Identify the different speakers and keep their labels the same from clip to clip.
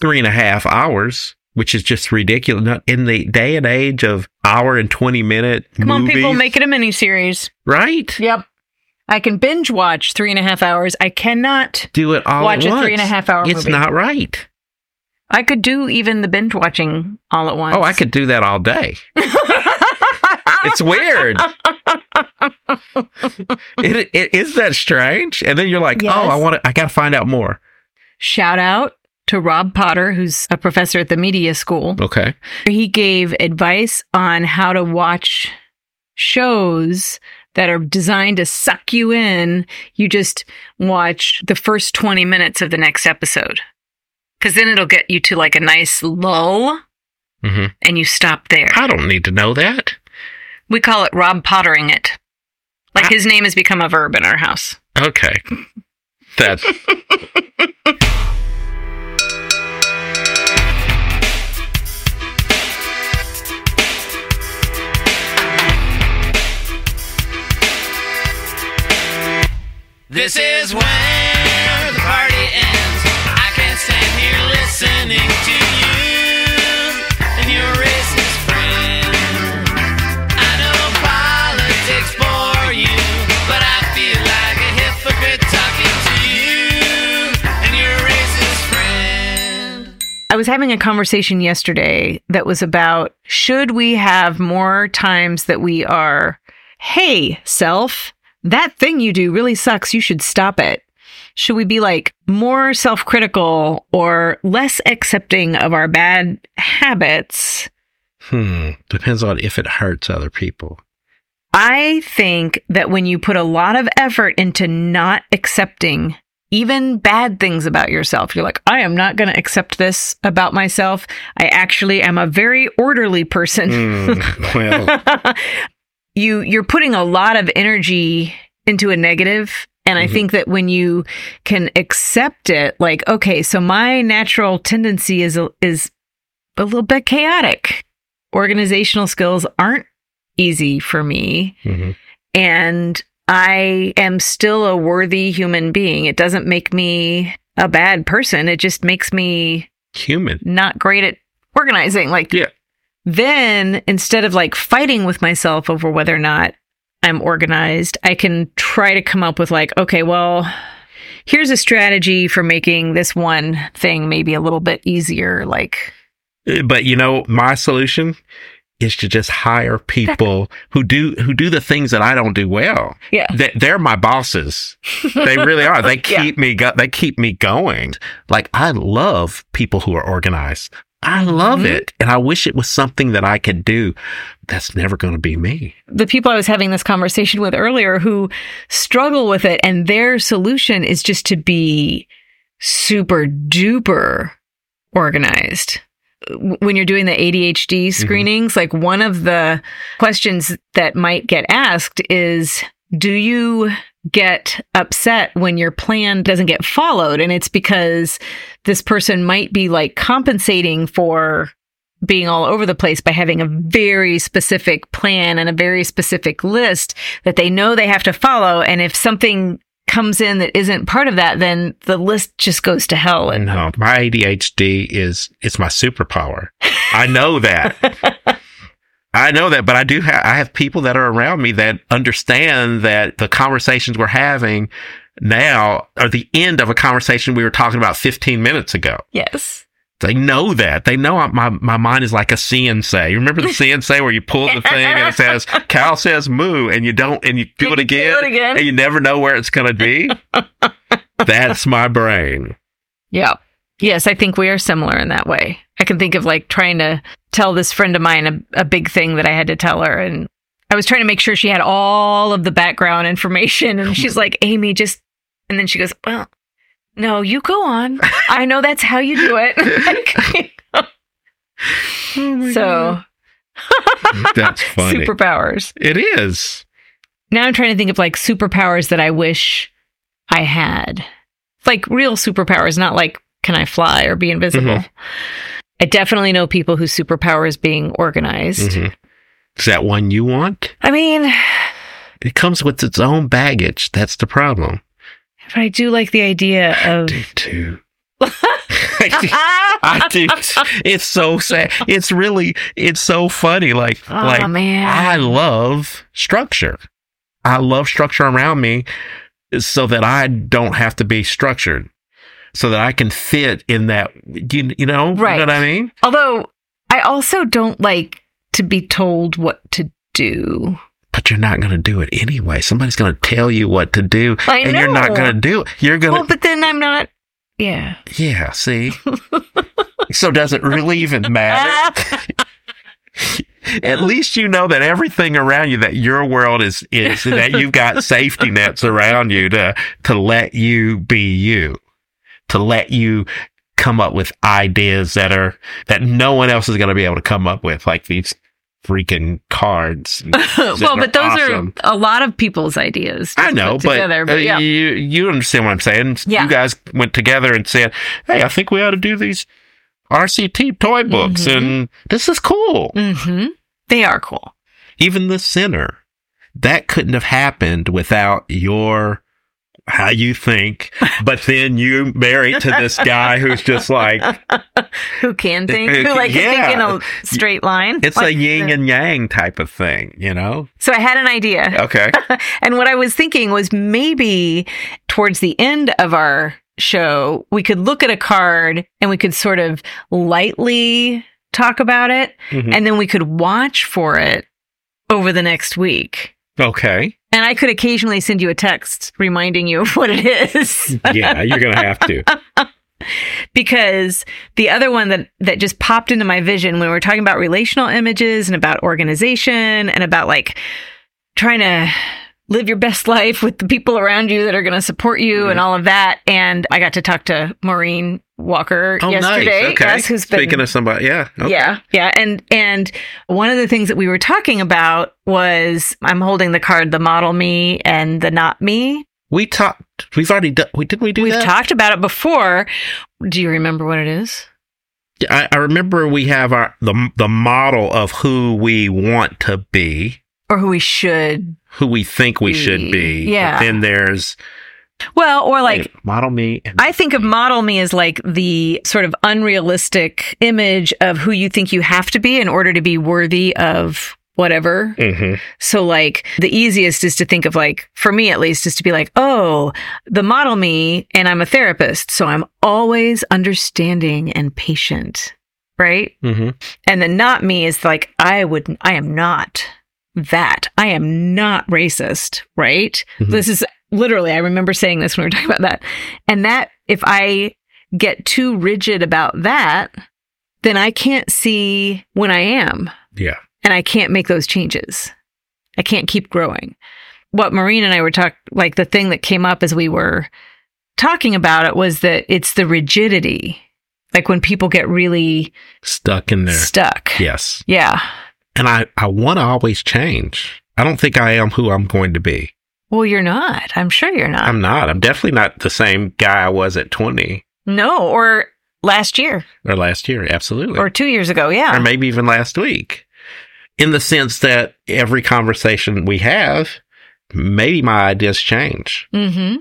Speaker 1: three and a half hours, which is just ridiculous. Not in the day and age of hour and twenty minute.
Speaker 2: Come on, people,
Speaker 1: movies,
Speaker 2: make it a miniseries.
Speaker 1: right.
Speaker 2: Yep. I can binge watch three and a half hours. I cannot.
Speaker 1: Do it all
Speaker 2: Watch
Speaker 1: at
Speaker 2: a
Speaker 1: once.
Speaker 2: three and a half hour
Speaker 1: It's
Speaker 2: movie.
Speaker 1: not right.
Speaker 2: I could do even the binge watching all at once.
Speaker 1: Oh, I could do that all day. it's weird. it, it is that strange, and then you're like,
Speaker 2: Yes.
Speaker 1: oh, I want to. I got to find out more.
Speaker 2: Shout out to Rob Potter, who's a professor at the media school.
Speaker 1: Okay.
Speaker 2: He gave advice on how to watch shows that are designed to suck you in. You just watch the first 20 minutes of the next episode. Because then it'll get you to like a nice lull
Speaker 1: hmm
Speaker 2: and you stop there.
Speaker 1: I don't need to know that.
Speaker 2: We call it Rob Pottering it. Like his name has become a verb in our house.
Speaker 1: Okay. That's
Speaker 3: This is where the party ends. I can't stand here listening to you and your racist friend. I know politics for you, but I feel like a hypocrite talking to you and your racist friend.
Speaker 2: I was having a conversation yesterday that was about should we have more times that we are, hey, self, that thing you do really sucks. You should stop it. Should we be like more self critical or less accepting of our bad habits?
Speaker 1: hmm. Depends on if it hurts other people.
Speaker 2: I think that when you put a lot of effort into not accepting even bad things about yourself, you're like, I am not going to accept this about myself. I actually am a very orderly person.
Speaker 1: Mm, well,
Speaker 2: you you're putting a lot of energy into a negative and i
Speaker 1: Mhm.
Speaker 2: think that when you can accept it like okay so my natural tendency is a, is a little bit chaotic organizational skills aren't easy for me
Speaker 1: mhm.
Speaker 2: and i am still a worthy human being it doesn't make me a bad person it just makes me
Speaker 1: human.
Speaker 2: not great at organizing. Like,
Speaker 1: Yeah.
Speaker 2: Then instead of like fighting with myself over whether or not I'm organized, I can try to come up with like, okay, well, here's a strategy for making this one thing maybe a little bit easier. Like,
Speaker 1: Uh, But you know, my solution is to just hire people who do who do the things that I don't do well.
Speaker 2: yeah.
Speaker 1: They, they're my bosses. They really are. They
Speaker 2: Yeah.
Speaker 1: keep me go- they keep me going. Like I love people who are organized. I love
Speaker 2: Mhm.
Speaker 1: it. And I wish it was something that I could do. That's never going to be me.
Speaker 2: the people I was having this conversation with earlier who struggle with it and their solution is just to be super duper organized. W- When you're doing the ADHD screenings, like one of the questions that might get asked is Do you get upset when your plan doesn't get followed? And it's because this person might be like compensating for being all over the place by having a very specific plan and a very specific list that they know they have to follow. And if something comes in that isn't part of that, then the list just goes to hell. And
Speaker 1: No, uh, my ADHD is it's my superpower. I know that. I know that, but I do have I have people that are around me that understand that the conversations we're having now are the end of a conversation we were talking about 15 minutes ago.
Speaker 2: yes.
Speaker 1: They know that. They know I, my my mind is like a CNC. You remember the CNC where you pull the thing and it says Cal says moo and you don't and you do it again
Speaker 2: do it again.
Speaker 1: and you never know where it's going to be. That's my brain.
Speaker 2: Yeah. Yes, I think we are similar in that way. I can think of like trying to tell this friend of mine a, a big thing that I had to tell her. And I was trying to make sure she had all of the background information. And she's like, Amy, just, and then she goes, well, no, you go on. I know that's how you do it. so
Speaker 1: That's Oh funny.
Speaker 2: superpowers.
Speaker 1: it is.
Speaker 2: Now I'm trying to think of like superpowers that I wish I had. Like real superpowers, not like can I fly or be invisible.
Speaker 1: Mhm.
Speaker 2: I definitely know people whose superpower is being organized.
Speaker 1: Mhm. Is that one you want?
Speaker 2: I mean,
Speaker 1: It comes with its own baggage. That's the problem.
Speaker 2: Mm-hmm. but I do like the idea of
Speaker 1: Do too. I I do. It's so sad. It's really, it's so funny. Like,
Speaker 2: oh
Speaker 1: like
Speaker 2: man.
Speaker 1: I love structure. I love structure around me so that I don't have to be structured, so that I can fit in that. You, you know,
Speaker 2: Right.
Speaker 1: you know what I mean?
Speaker 2: Although I also don't like to be told what to do.
Speaker 1: But you're not going to do it anyway. Somebody's going to tell you what to do,
Speaker 2: I
Speaker 1: and you're not
Speaker 2: know.
Speaker 1: going to do it. You're going to
Speaker 2: well, but then I'm not. Yeah.
Speaker 1: Yeah, see? so does it really even matter? At least you know that everything around you, that your world is is that you've got safety nets around you to to let you be you, to let you come up with ideas that are that no one else is going to be able to come up with, like these freaking cards.
Speaker 2: well, but those
Speaker 1: awesome.
Speaker 2: are a lot of people's ideas.
Speaker 1: I
Speaker 2: just
Speaker 1: know,
Speaker 2: put
Speaker 1: but,
Speaker 2: together,
Speaker 1: uh,
Speaker 2: but yeah.
Speaker 1: you you understand what I'm saying.
Speaker 2: Yeah.
Speaker 1: You guys went together and said, "Hey, I think we ought to do these RCT toy books,
Speaker 2: Mhm.
Speaker 1: and this is cool."
Speaker 2: hmm They are cool.
Speaker 1: Even the center that couldn't have happened without your how you think, but then you married to this guy who's just like
Speaker 2: Who can think?
Speaker 1: Who
Speaker 2: Who
Speaker 1: can-
Speaker 2: like can think in
Speaker 1: yeah.
Speaker 2: a straight line?
Speaker 1: it's a
Speaker 2: Like-
Speaker 1: yin and yang type of thing, you know?
Speaker 2: So I had an idea.
Speaker 1: Okay,
Speaker 2: And what I was thinking was maybe towards the end of our show, we could look at a card and we could sort of lightly talk about it.
Speaker 1: Mhm.
Speaker 2: And then we could watch for it over the next week.
Speaker 1: okay,
Speaker 2: And I could occasionally send you a text reminding you of what it is.
Speaker 1: yeah, you're gonna have to.
Speaker 2: because the other one that that just popped into my vision when we were talking about relational images and about organization and about like trying to live your best life with the people around you that are going to support you and all of that and I got to talk to Maureen Walker
Speaker 1: Oh,
Speaker 2: yesterday
Speaker 1: nice. Okay,
Speaker 2: yes who's been
Speaker 1: speaking of oh. somebody, yeah, okay.
Speaker 2: yeah, yeah, and and one of the things that we were talking about was I'm holding the card, the model me and the not me.
Speaker 1: We talked. We've already done. We did we do
Speaker 2: We've
Speaker 1: that?
Speaker 2: talked about it before. Do you remember what it is?
Speaker 1: I, I remember we have our the the model of who we want to be,
Speaker 2: Or who we should
Speaker 1: who we think we should be. But
Speaker 2: Yeah.
Speaker 1: then there's
Speaker 2: Well, or like
Speaker 1: hey, model me. And,
Speaker 2: I think of model me as like the sort of unrealistic image of who you think you have to be in order to be worthy of whatever.
Speaker 1: Mhm.
Speaker 2: So like the easiest is to think of like for me at least is to be like, "Oh, the model me and I'm a therapist, so I'm always understanding and patient." Right?
Speaker 1: Mhm.
Speaker 2: And the not me is like, I would, I am not that. I am not racist, right?
Speaker 1: Mhm.
Speaker 2: This is literally, I remember saying this when we were talking about that. And that, if I get too rigid about that, then I can't see when I am
Speaker 1: Yeah.
Speaker 2: and I can't make those changes. I can't keep growing. What Maureen and I were talking, like the thing that came up as we were talking about it was that it's the rigidity. Like when people get really
Speaker 1: Stuck in there.
Speaker 2: stuck.
Speaker 1: Yes.
Speaker 2: Yeah.
Speaker 1: And I I want to always change. I don't think I am who I'm going to be.
Speaker 2: Well, you're not. I'm sure you're not.
Speaker 1: I'm not. I'm definitely not the same guy I was at 20
Speaker 2: no, or last year
Speaker 1: or last year. Absolutely.
Speaker 2: or two years ago. Yeah.
Speaker 1: or maybe even last week, in the sense that every conversation we have, maybe my ideas change.
Speaker 2: mm-hmm.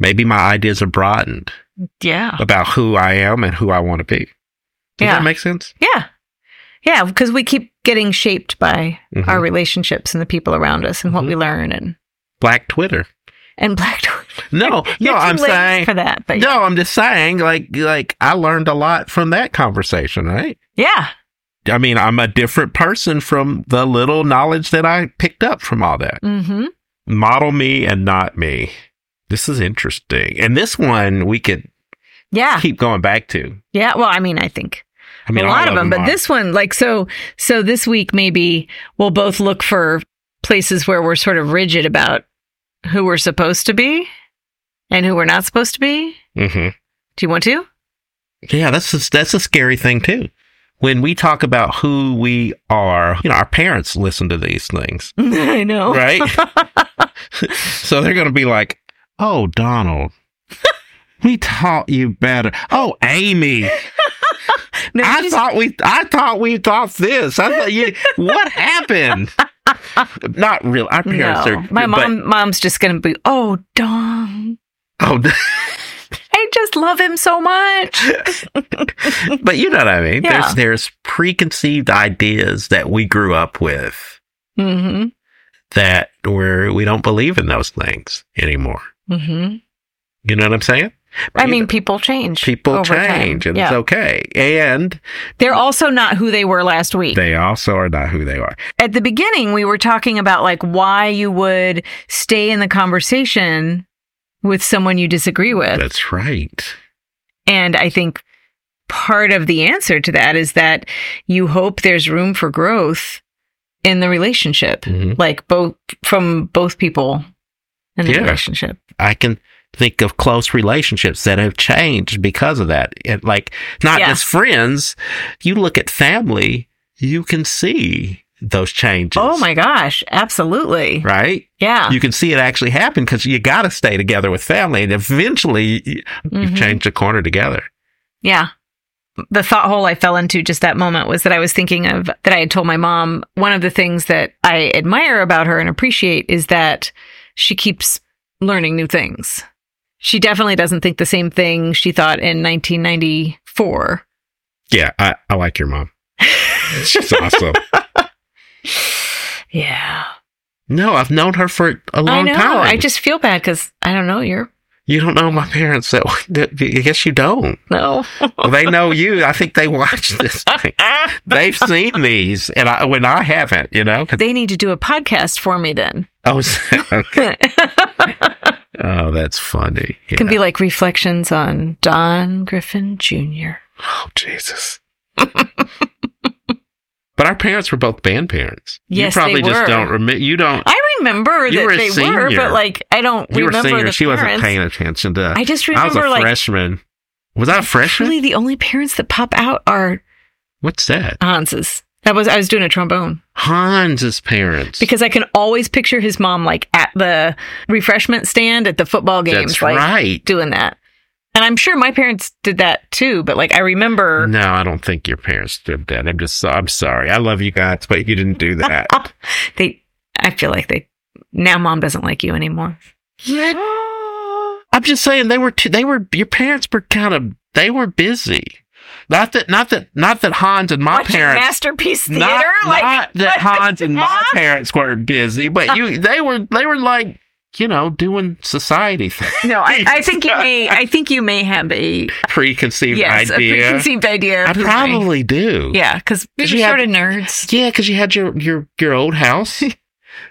Speaker 1: Maybe my ideas are broadened
Speaker 2: Yeah.
Speaker 1: about who I am and who I want to be. Does
Speaker 2: Yeah.
Speaker 1: that make sense?
Speaker 2: yeah. Yeah. Because we keep getting shaped by
Speaker 1: Mhm.
Speaker 2: our relationships and the people around us and what
Speaker 1: Mhm.
Speaker 2: we learn and,
Speaker 1: Black Twitter.
Speaker 2: and black. Dwarf.
Speaker 1: No, no,
Speaker 2: You're too
Speaker 1: I'm
Speaker 2: late
Speaker 1: saying.
Speaker 2: for that, but
Speaker 1: No, I'm just saying, like, like I learned a lot from that conversation, right?
Speaker 2: yeah,
Speaker 1: I mean, I'm a different person from the little knowledge that I picked up from all that.
Speaker 2: mm-hmm.
Speaker 1: Model me and not me. This is interesting. And this one we could
Speaker 2: yeah,
Speaker 1: keep going back to.
Speaker 2: yeah. Well, I mean, I think
Speaker 1: I mean,
Speaker 2: a
Speaker 1: all
Speaker 2: lot of them, but
Speaker 1: are.
Speaker 2: this one, like, so, so this week maybe we'll both look for places where we're sort of rigid about who we're supposed to be and who we're not supposed to be.
Speaker 1: Mhm.
Speaker 2: Do you want to?
Speaker 1: Yeah, that's a, that's a scary thing too. When we talk about who we are, you know, our parents listen to these things,
Speaker 2: I know.
Speaker 1: right? so they're going to be like, "Oh, Donald, we taught you better. Oh, Amy,
Speaker 2: No,
Speaker 1: I
Speaker 2: she's-
Speaker 1: thought we, I thought we taught this. I thought you. what happened? Not real. Our parents
Speaker 2: no.
Speaker 1: are
Speaker 2: My
Speaker 1: but-
Speaker 2: mom, mom's just gonna be, oh, Dom.
Speaker 1: oh,
Speaker 2: Hey, just love him so much.
Speaker 1: But you know what I mean?
Speaker 2: Yeah.
Speaker 1: There's there's preconceived ideas that we grew up with
Speaker 2: hmm
Speaker 1: that where we don't believe in those things anymore.
Speaker 2: hmm
Speaker 1: You know what I'm saying?
Speaker 2: I
Speaker 1: You
Speaker 2: mean,
Speaker 1: know,
Speaker 2: people change.
Speaker 1: people
Speaker 2: over time.
Speaker 1: change and
Speaker 2: yeah.
Speaker 1: it's okay. And
Speaker 2: They're also not who they were last week.
Speaker 1: they also are not who they are.
Speaker 2: At the beginning, we were talking about like why you would stay in the conversation with someone you disagree with.
Speaker 1: That's right.
Speaker 2: And I think part of the answer to that is that you hope there's room for growth in the relationship,
Speaker 1: Mhm.
Speaker 2: like both from both people in the
Speaker 1: Yeah.
Speaker 2: relationship.
Speaker 1: I can think of close relationships that have changed because of that. It, like not
Speaker 2: Yeah.
Speaker 1: just friends. You look at family, you can see those changes.
Speaker 2: Oh my gosh, absolutely.
Speaker 1: Right?
Speaker 2: Yeah.
Speaker 1: You can see it actually happen because you got to stay together with family, and eventually you
Speaker 2: Mhm.
Speaker 1: you've changed the corner together.
Speaker 2: Yeah. The thought hole I fell into just that moment was that I was thinking of that I had told my mom one of the things that I admire about her and appreciate is that she keeps learning new things. She definitely doesn't think the same thing she thought in 1994.
Speaker 1: Yeah, I, I like your mom. She's awesome.
Speaker 2: Yeah.
Speaker 1: No, I've known her for a
Speaker 2: I
Speaker 1: long
Speaker 2: know.
Speaker 1: time.
Speaker 2: I just feel bad because I don't know. You're
Speaker 1: you don't know my parents that. I guess you don't.
Speaker 2: no.
Speaker 1: Well, they know you. I think they watch this thing. They've seen these, and I when I haven't, you know. 'cause-
Speaker 2: they need to do a podcast for me then.
Speaker 1: Oh, is-
Speaker 2: Can
Speaker 1: oh, that's funny. Yeah.
Speaker 2: be like reflections on Don Griffin Jr.
Speaker 1: oh, Jesus. but our parents were both band parents.
Speaker 2: Yes,
Speaker 1: you probably
Speaker 2: they
Speaker 1: just
Speaker 2: were.
Speaker 1: don't remember. You don't.
Speaker 2: I remember
Speaker 1: You
Speaker 2: that
Speaker 1: were a
Speaker 2: they were,
Speaker 1: senior.
Speaker 2: but like I don't
Speaker 1: you were
Speaker 2: remember
Speaker 1: senior.
Speaker 2: the
Speaker 1: She
Speaker 2: parents.
Speaker 1: wasn't paying attention to.
Speaker 2: I just
Speaker 1: I was a
Speaker 2: remember like
Speaker 1: freshman. Was I a freshman?
Speaker 2: really the only parents that pop out are
Speaker 1: What's that?
Speaker 2: Hans's. That was I was doing a trombone
Speaker 1: Hans's parents.
Speaker 2: because I can always picture his mom like at the refreshment stand at the football games,
Speaker 1: that's
Speaker 2: like
Speaker 1: right.
Speaker 2: doing that. And I'm sure my parents did that too, but like I remember
Speaker 1: No, I don't think your parents did that. I'm just. so- I'm sorry. I love you guys, but you didn't do that.
Speaker 2: they. I feel like they now mom doesn't like you anymore.
Speaker 1: I'm just saying they were too, they were your parents were kind of they were busy. Not that not that not that Hans and my
Speaker 2: Watching
Speaker 1: parents
Speaker 2: masterpiece theater,
Speaker 1: not,
Speaker 2: like
Speaker 1: not that Hans and my
Speaker 2: Huh?
Speaker 1: parents were busy, but you they were they were like you know doing society things.
Speaker 2: no, I, I think you may. I think you may have a
Speaker 1: preconceived
Speaker 2: yes, a
Speaker 1: idea.
Speaker 2: preconceived idea.
Speaker 1: I
Speaker 2: of who I-
Speaker 1: probably do.
Speaker 2: Yeah, because
Speaker 1: Did
Speaker 2: you're
Speaker 1: you have-
Speaker 2: sort of nerds.
Speaker 1: Yeah, because you had your your your old house,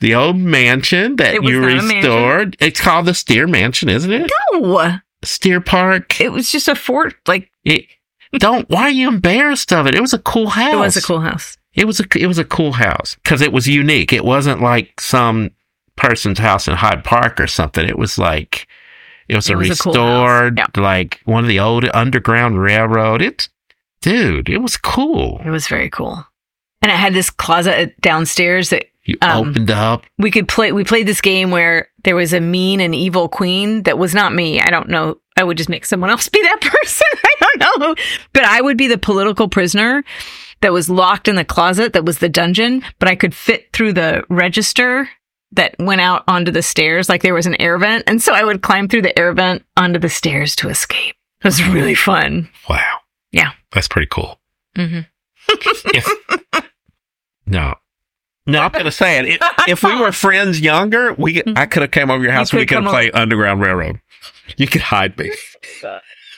Speaker 1: the old mansion that
Speaker 2: It was
Speaker 1: you
Speaker 2: not a mansion.
Speaker 1: restored. It's called the Steer Mansion, isn't it?
Speaker 2: No,
Speaker 1: Steer Park.
Speaker 2: it was just a fort. Like
Speaker 1: It, don't. Why are you embarrassed of it? It was a cool house.
Speaker 2: it was a cool house.
Speaker 1: It was a it was a cool house because it was unique. It wasn't like some person's house in Hyde Park or something. It was like it was
Speaker 2: It
Speaker 1: a
Speaker 2: was a cool
Speaker 1: restored
Speaker 2: house.
Speaker 1: like one of the old underground railroad. It, dude, it was cool.
Speaker 2: It was very cool, and it had this closet downstairs that
Speaker 1: You
Speaker 2: Um,
Speaker 1: opened up.
Speaker 2: we could play. We played this game where there was a mean and evil queen that was not me. I don't know. I would just make someone else be that person. I don't know, but I would be the political prisoner that was locked in the closet that was the dungeon. But I could fit through the register that went out onto the stairs. Like there was an air vent, and so I would climb through the air vent onto the stairs to escape. It was really fun.
Speaker 1: Wow.
Speaker 2: Yeah.
Speaker 1: That's pretty cool.
Speaker 2: Mm-hmm.
Speaker 1: No. No, I'm gonna say it. If, if we were friends younger, we I could have came over your house and we
Speaker 2: Mm-hmm. could've
Speaker 1: could have
Speaker 2: come
Speaker 1: played Underground Railroad. You could hide me.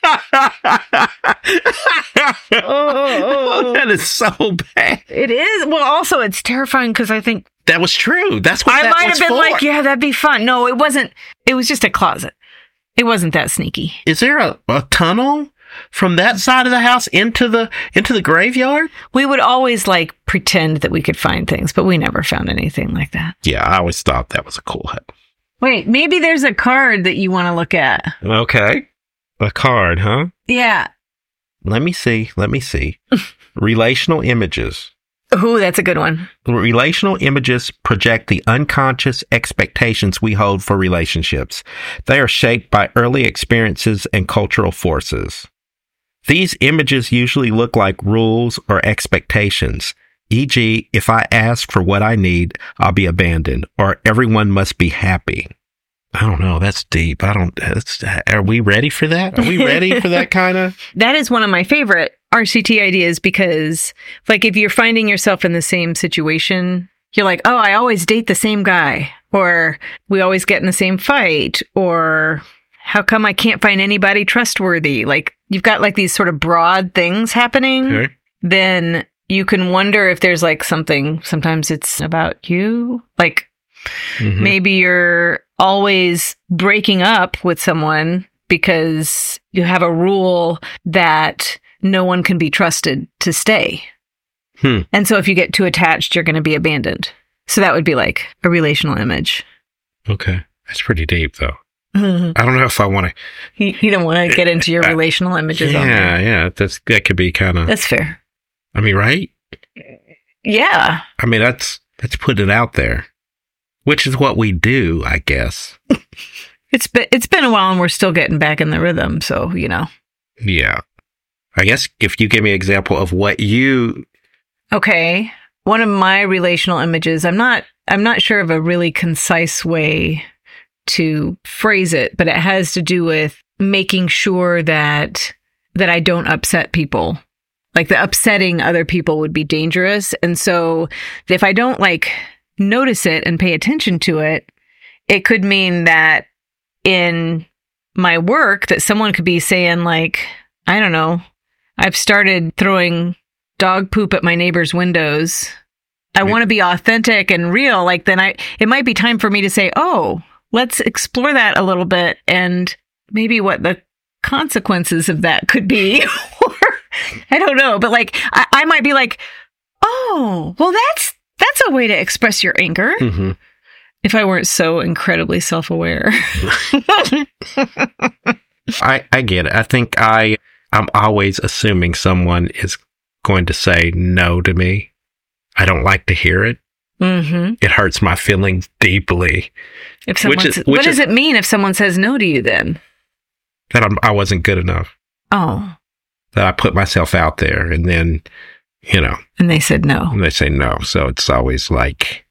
Speaker 1: that is so bad.
Speaker 2: It is well. Also, it's terrifying because I think
Speaker 1: That was true. That's what
Speaker 2: I
Speaker 1: that
Speaker 2: might have
Speaker 1: was
Speaker 2: been
Speaker 1: for.
Speaker 2: like, yeah, that'd be fun. No, it wasn't. It was just a closet. It wasn't that sneaky.
Speaker 1: Is there a, a tunnel from that side of the house into the into the graveyard?
Speaker 2: We would always like pretend that we could find things, but we never found anything like that.
Speaker 1: Yeah, I always thought that was a cool house.
Speaker 2: Wait, maybe there's a card that you want to look at.
Speaker 1: Okay. A card, huh?
Speaker 2: Yeah.
Speaker 1: Let me see. Let me see. Relational images.
Speaker 2: Ooh, that's a good one.
Speaker 1: Relational images project the unconscious expectations we hold for relationships. They are shaped by early experiences and cultural forces. These images usually look like rules or expectations. E E.g., if I ask for what I need, I'll be abandoned, or everyone must be happy. I don't know. That's deep. I don't. That's, are we ready for that? Are we ready for that kind of?
Speaker 2: that is one of my favorite RCT ideas because, like, if you're finding yourself in the same situation, you're like, oh, I always date the same guy, or we always get in the same fight, or how come I can't find anybody trustworthy? Like, you've got like these sort of broad things happening,
Speaker 1: Okay.
Speaker 2: then you can wonder if there's like something, sometimes it's about you, like,
Speaker 1: Mhm.
Speaker 2: Maybe you're always breaking up with someone because you have a rule that no one can be trusted to stay.
Speaker 1: Hmm.
Speaker 2: And so if you get too attached, you're going to be abandoned. So that would be like a relational image.
Speaker 1: Okay. That's pretty deep, though.
Speaker 2: you,
Speaker 1: I don't know if I want to.
Speaker 2: you don't want to get into your
Speaker 1: Uh,
Speaker 2: relational images on there.
Speaker 1: Yeah, yeah. That's that could be kind of.
Speaker 2: That's fair.
Speaker 1: I mean, right?
Speaker 2: Yeah.
Speaker 1: I mean, that's that's putting it out there, which is what we do, I guess.
Speaker 2: It's been it's been a while and we're still getting back in the rhythm, so you know.
Speaker 1: Yeah. I guess if you give me an example of what you
Speaker 2: Okay. One of my relational images, I'm not I'm not sure of a really concise way to phrase it, but it has to do with making sure that that I don't upset people. Like the upsetting other people would be dangerous. And so if I don't like notice it and pay attention to it, it could mean that in my work that someone could be saying like, I don't know, I've started throwing dog poop at my neighbor's windows. I
Speaker 1: Right.
Speaker 2: want to be authentic and real. Like then I it might be time for me to say, "Oh, let's explore that a little bit and maybe what the consequences of that could be." or I don't know, but like I, I might be like, "Oh, well that's that's a way to express your anger."
Speaker 1: Mhm.
Speaker 2: If I weren't so incredibly self-aware.
Speaker 1: I I get it. I think I I'm always assuming someone is going to say no to me. I don't like to hear it.
Speaker 2: mm-hmm.
Speaker 1: It hurts my feelings deeply
Speaker 2: If someone
Speaker 1: is-
Speaker 2: sa-
Speaker 1: which
Speaker 2: what does
Speaker 1: is-
Speaker 2: it mean if someone says no to you then?
Speaker 1: that I'm, I wasn't good enough.
Speaker 2: Oh,
Speaker 1: That I put myself out there, and then you know
Speaker 2: and they said no.
Speaker 1: they say no. So it's always like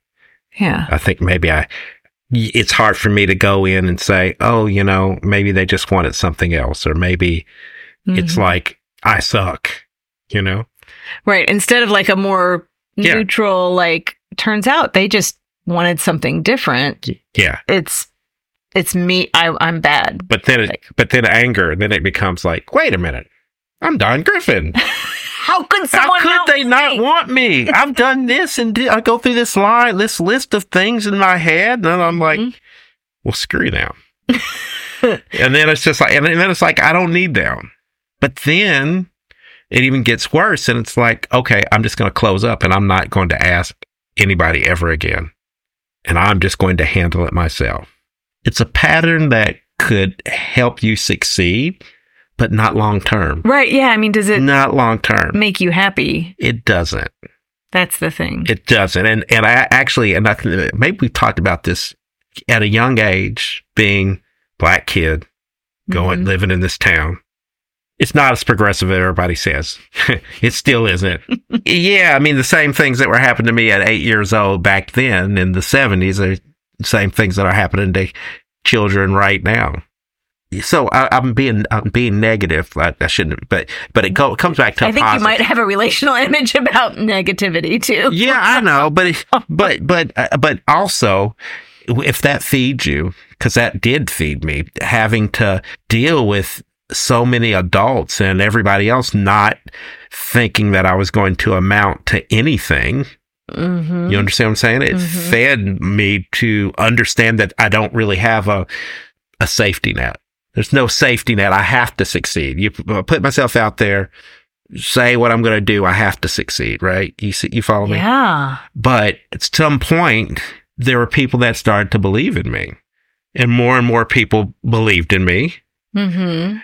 Speaker 2: Yeah.
Speaker 1: I think maybe I. y- It's hard for me to go in and say, oh, you know, maybe they just wanted something else, or maybe
Speaker 2: Mhm.
Speaker 1: it's like I suck. You know,
Speaker 2: Right. Instead of like a more
Speaker 1: Yeah.
Speaker 2: neutral, like turns out they just wanted something different.
Speaker 1: yeah.
Speaker 2: It's it's me. I, I'm bad.
Speaker 1: But then, it,
Speaker 2: Like-
Speaker 1: but then anger. Then it becomes like, wait a minute, I'm Don Griffin.
Speaker 2: How could
Speaker 1: How
Speaker 2: someone?
Speaker 1: could
Speaker 2: not
Speaker 1: they not
Speaker 2: me?
Speaker 1: want me? I've done this and di- I go through this line, this list of things in my head, and then I'm like,
Speaker 2: Mhm.
Speaker 1: well, screw them. and then it's just like, and then it's like, I don't need them. But then it even gets worse, and it's like, okay, I'm just going to close up, and I'm not going to ask anybody ever again, and I'm just going to handle it myself. It's a pattern that could help you succeed, but not long term.
Speaker 2: Right. Yeah. I mean, does it
Speaker 1: Not long term.
Speaker 2: make you happy?
Speaker 1: It doesn't.
Speaker 2: That's the thing.
Speaker 1: It doesn't. And and I actually and I think maybe we've talked about this at a young age, being black kid, going
Speaker 2: Mhm.
Speaker 1: living in this town. It's not as progressive as everybody says. it still isn't. yeah, I mean the same things that were happening to me at eight years old back then in the seventies are the same things that are happening to children right now. So I, I'm being I'm being negative. I, I shouldn't, but but it co- comes back to
Speaker 2: I
Speaker 1: a
Speaker 2: think
Speaker 1: positive
Speaker 2: you might have a relational image about negativity too.
Speaker 1: yeah, I know, but but but uh, but also, if that feeds you, because that did feed me, having to deal with so many adults and everybody else not thinking that I was going to amount to anything.
Speaker 2: Mm-hmm.
Speaker 1: You understand what I'm saying? It
Speaker 2: Mhm.
Speaker 1: fed me to understand that I don't really have a a safety net. There's no safety net. I have to succeed. You p- put myself out there, say what I'm going to do. I have to succeed, right? You see, you follow me?
Speaker 2: Yeah.
Speaker 1: But at some point, there were people that started to believe in me, and more and more people believed in me.
Speaker 2: Mm-hmm.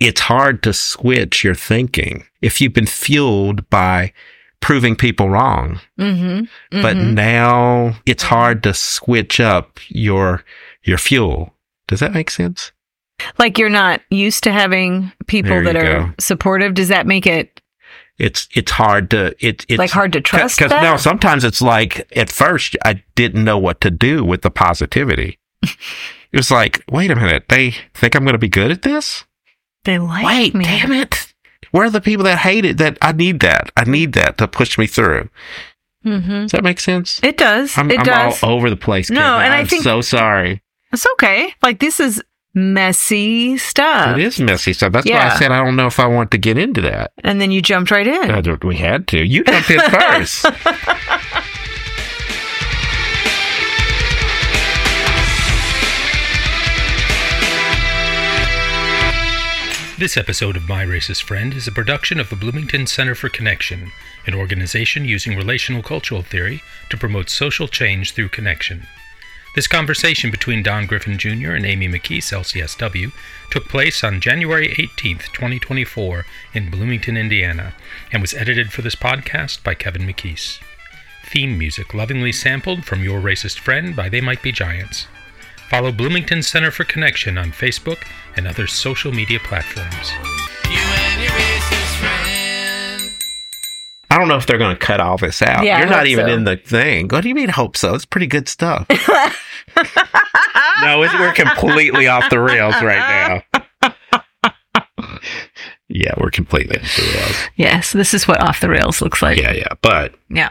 Speaker 1: It's hard to switch your thinking if you've been fueled by proving people wrong.
Speaker 2: Mm-hmm.
Speaker 1: But now it's hard to switch up your your fuel. Does that make sense?
Speaker 2: like you're not used to having people
Speaker 1: There
Speaker 2: that
Speaker 1: you
Speaker 2: are
Speaker 1: go.
Speaker 2: supportive. Does that make it
Speaker 1: It's it's hard to it, it's
Speaker 2: like hard to trust?
Speaker 1: because
Speaker 2: that?
Speaker 1: now sometimes it's like at first I didn't know what to do with the positivity. It was like, wait a minute, they think I'm going to be good at this?
Speaker 2: They like
Speaker 1: Wait,
Speaker 2: me.
Speaker 1: damn it. Where are the people that hate it that I need that? I need that to push me through.
Speaker 2: Mm-hmm.
Speaker 1: Does that make sense?
Speaker 2: It does.
Speaker 1: I'm,
Speaker 2: it
Speaker 1: I'm
Speaker 2: does.
Speaker 1: all over the place.
Speaker 2: No,
Speaker 1: Kevin.
Speaker 2: and I
Speaker 1: I'm
Speaker 2: think-
Speaker 1: so sorry.
Speaker 2: It's okay. Like this is messy stuff.
Speaker 1: it is messy stuff. That's why
Speaker 2: uh, yeah.
Speaker 1: I said I don't know if I want to get into that.
Speaker 2: And then you jumped right in.
Speaker 1: Uh, we had to. You jumped in first.
Speaker 4: This episode of My Racist Friend is a production of the Bloomington Center for Connection, an organization using relational cultural theory to promote social change through connection. This conversation between Don Griffin Jr. and Amy McKees, LCSW, took place on January 18, 2024, in Bloomington, Indiana, and was edited for this podcast by Kevin McKees. Theme music lovingly sampled from Your Racist Friend by They Might Be Giants. Follow Bloomington Center for Connection on Facebook and other social media platforms.
Speaker 3: You and your racist friend.
Speaker 1: I don't know if they're going to cut all this out.
Speaker 2: Yeah, I
Speaker 1: You're not
Speaker 2: hope
Speaker 1: even
Speaker 2: so.
Speaker 1: in the thing. What do you mean? Hope so? It's pretty good stuff. no, it's, we're completely off the rails right now. yeah, we're completely off the rails.
Speaker 2: yes, this is what off the rails looks like.
Speaker 1: Yeah, yeah, but
Speaker 2: yeah.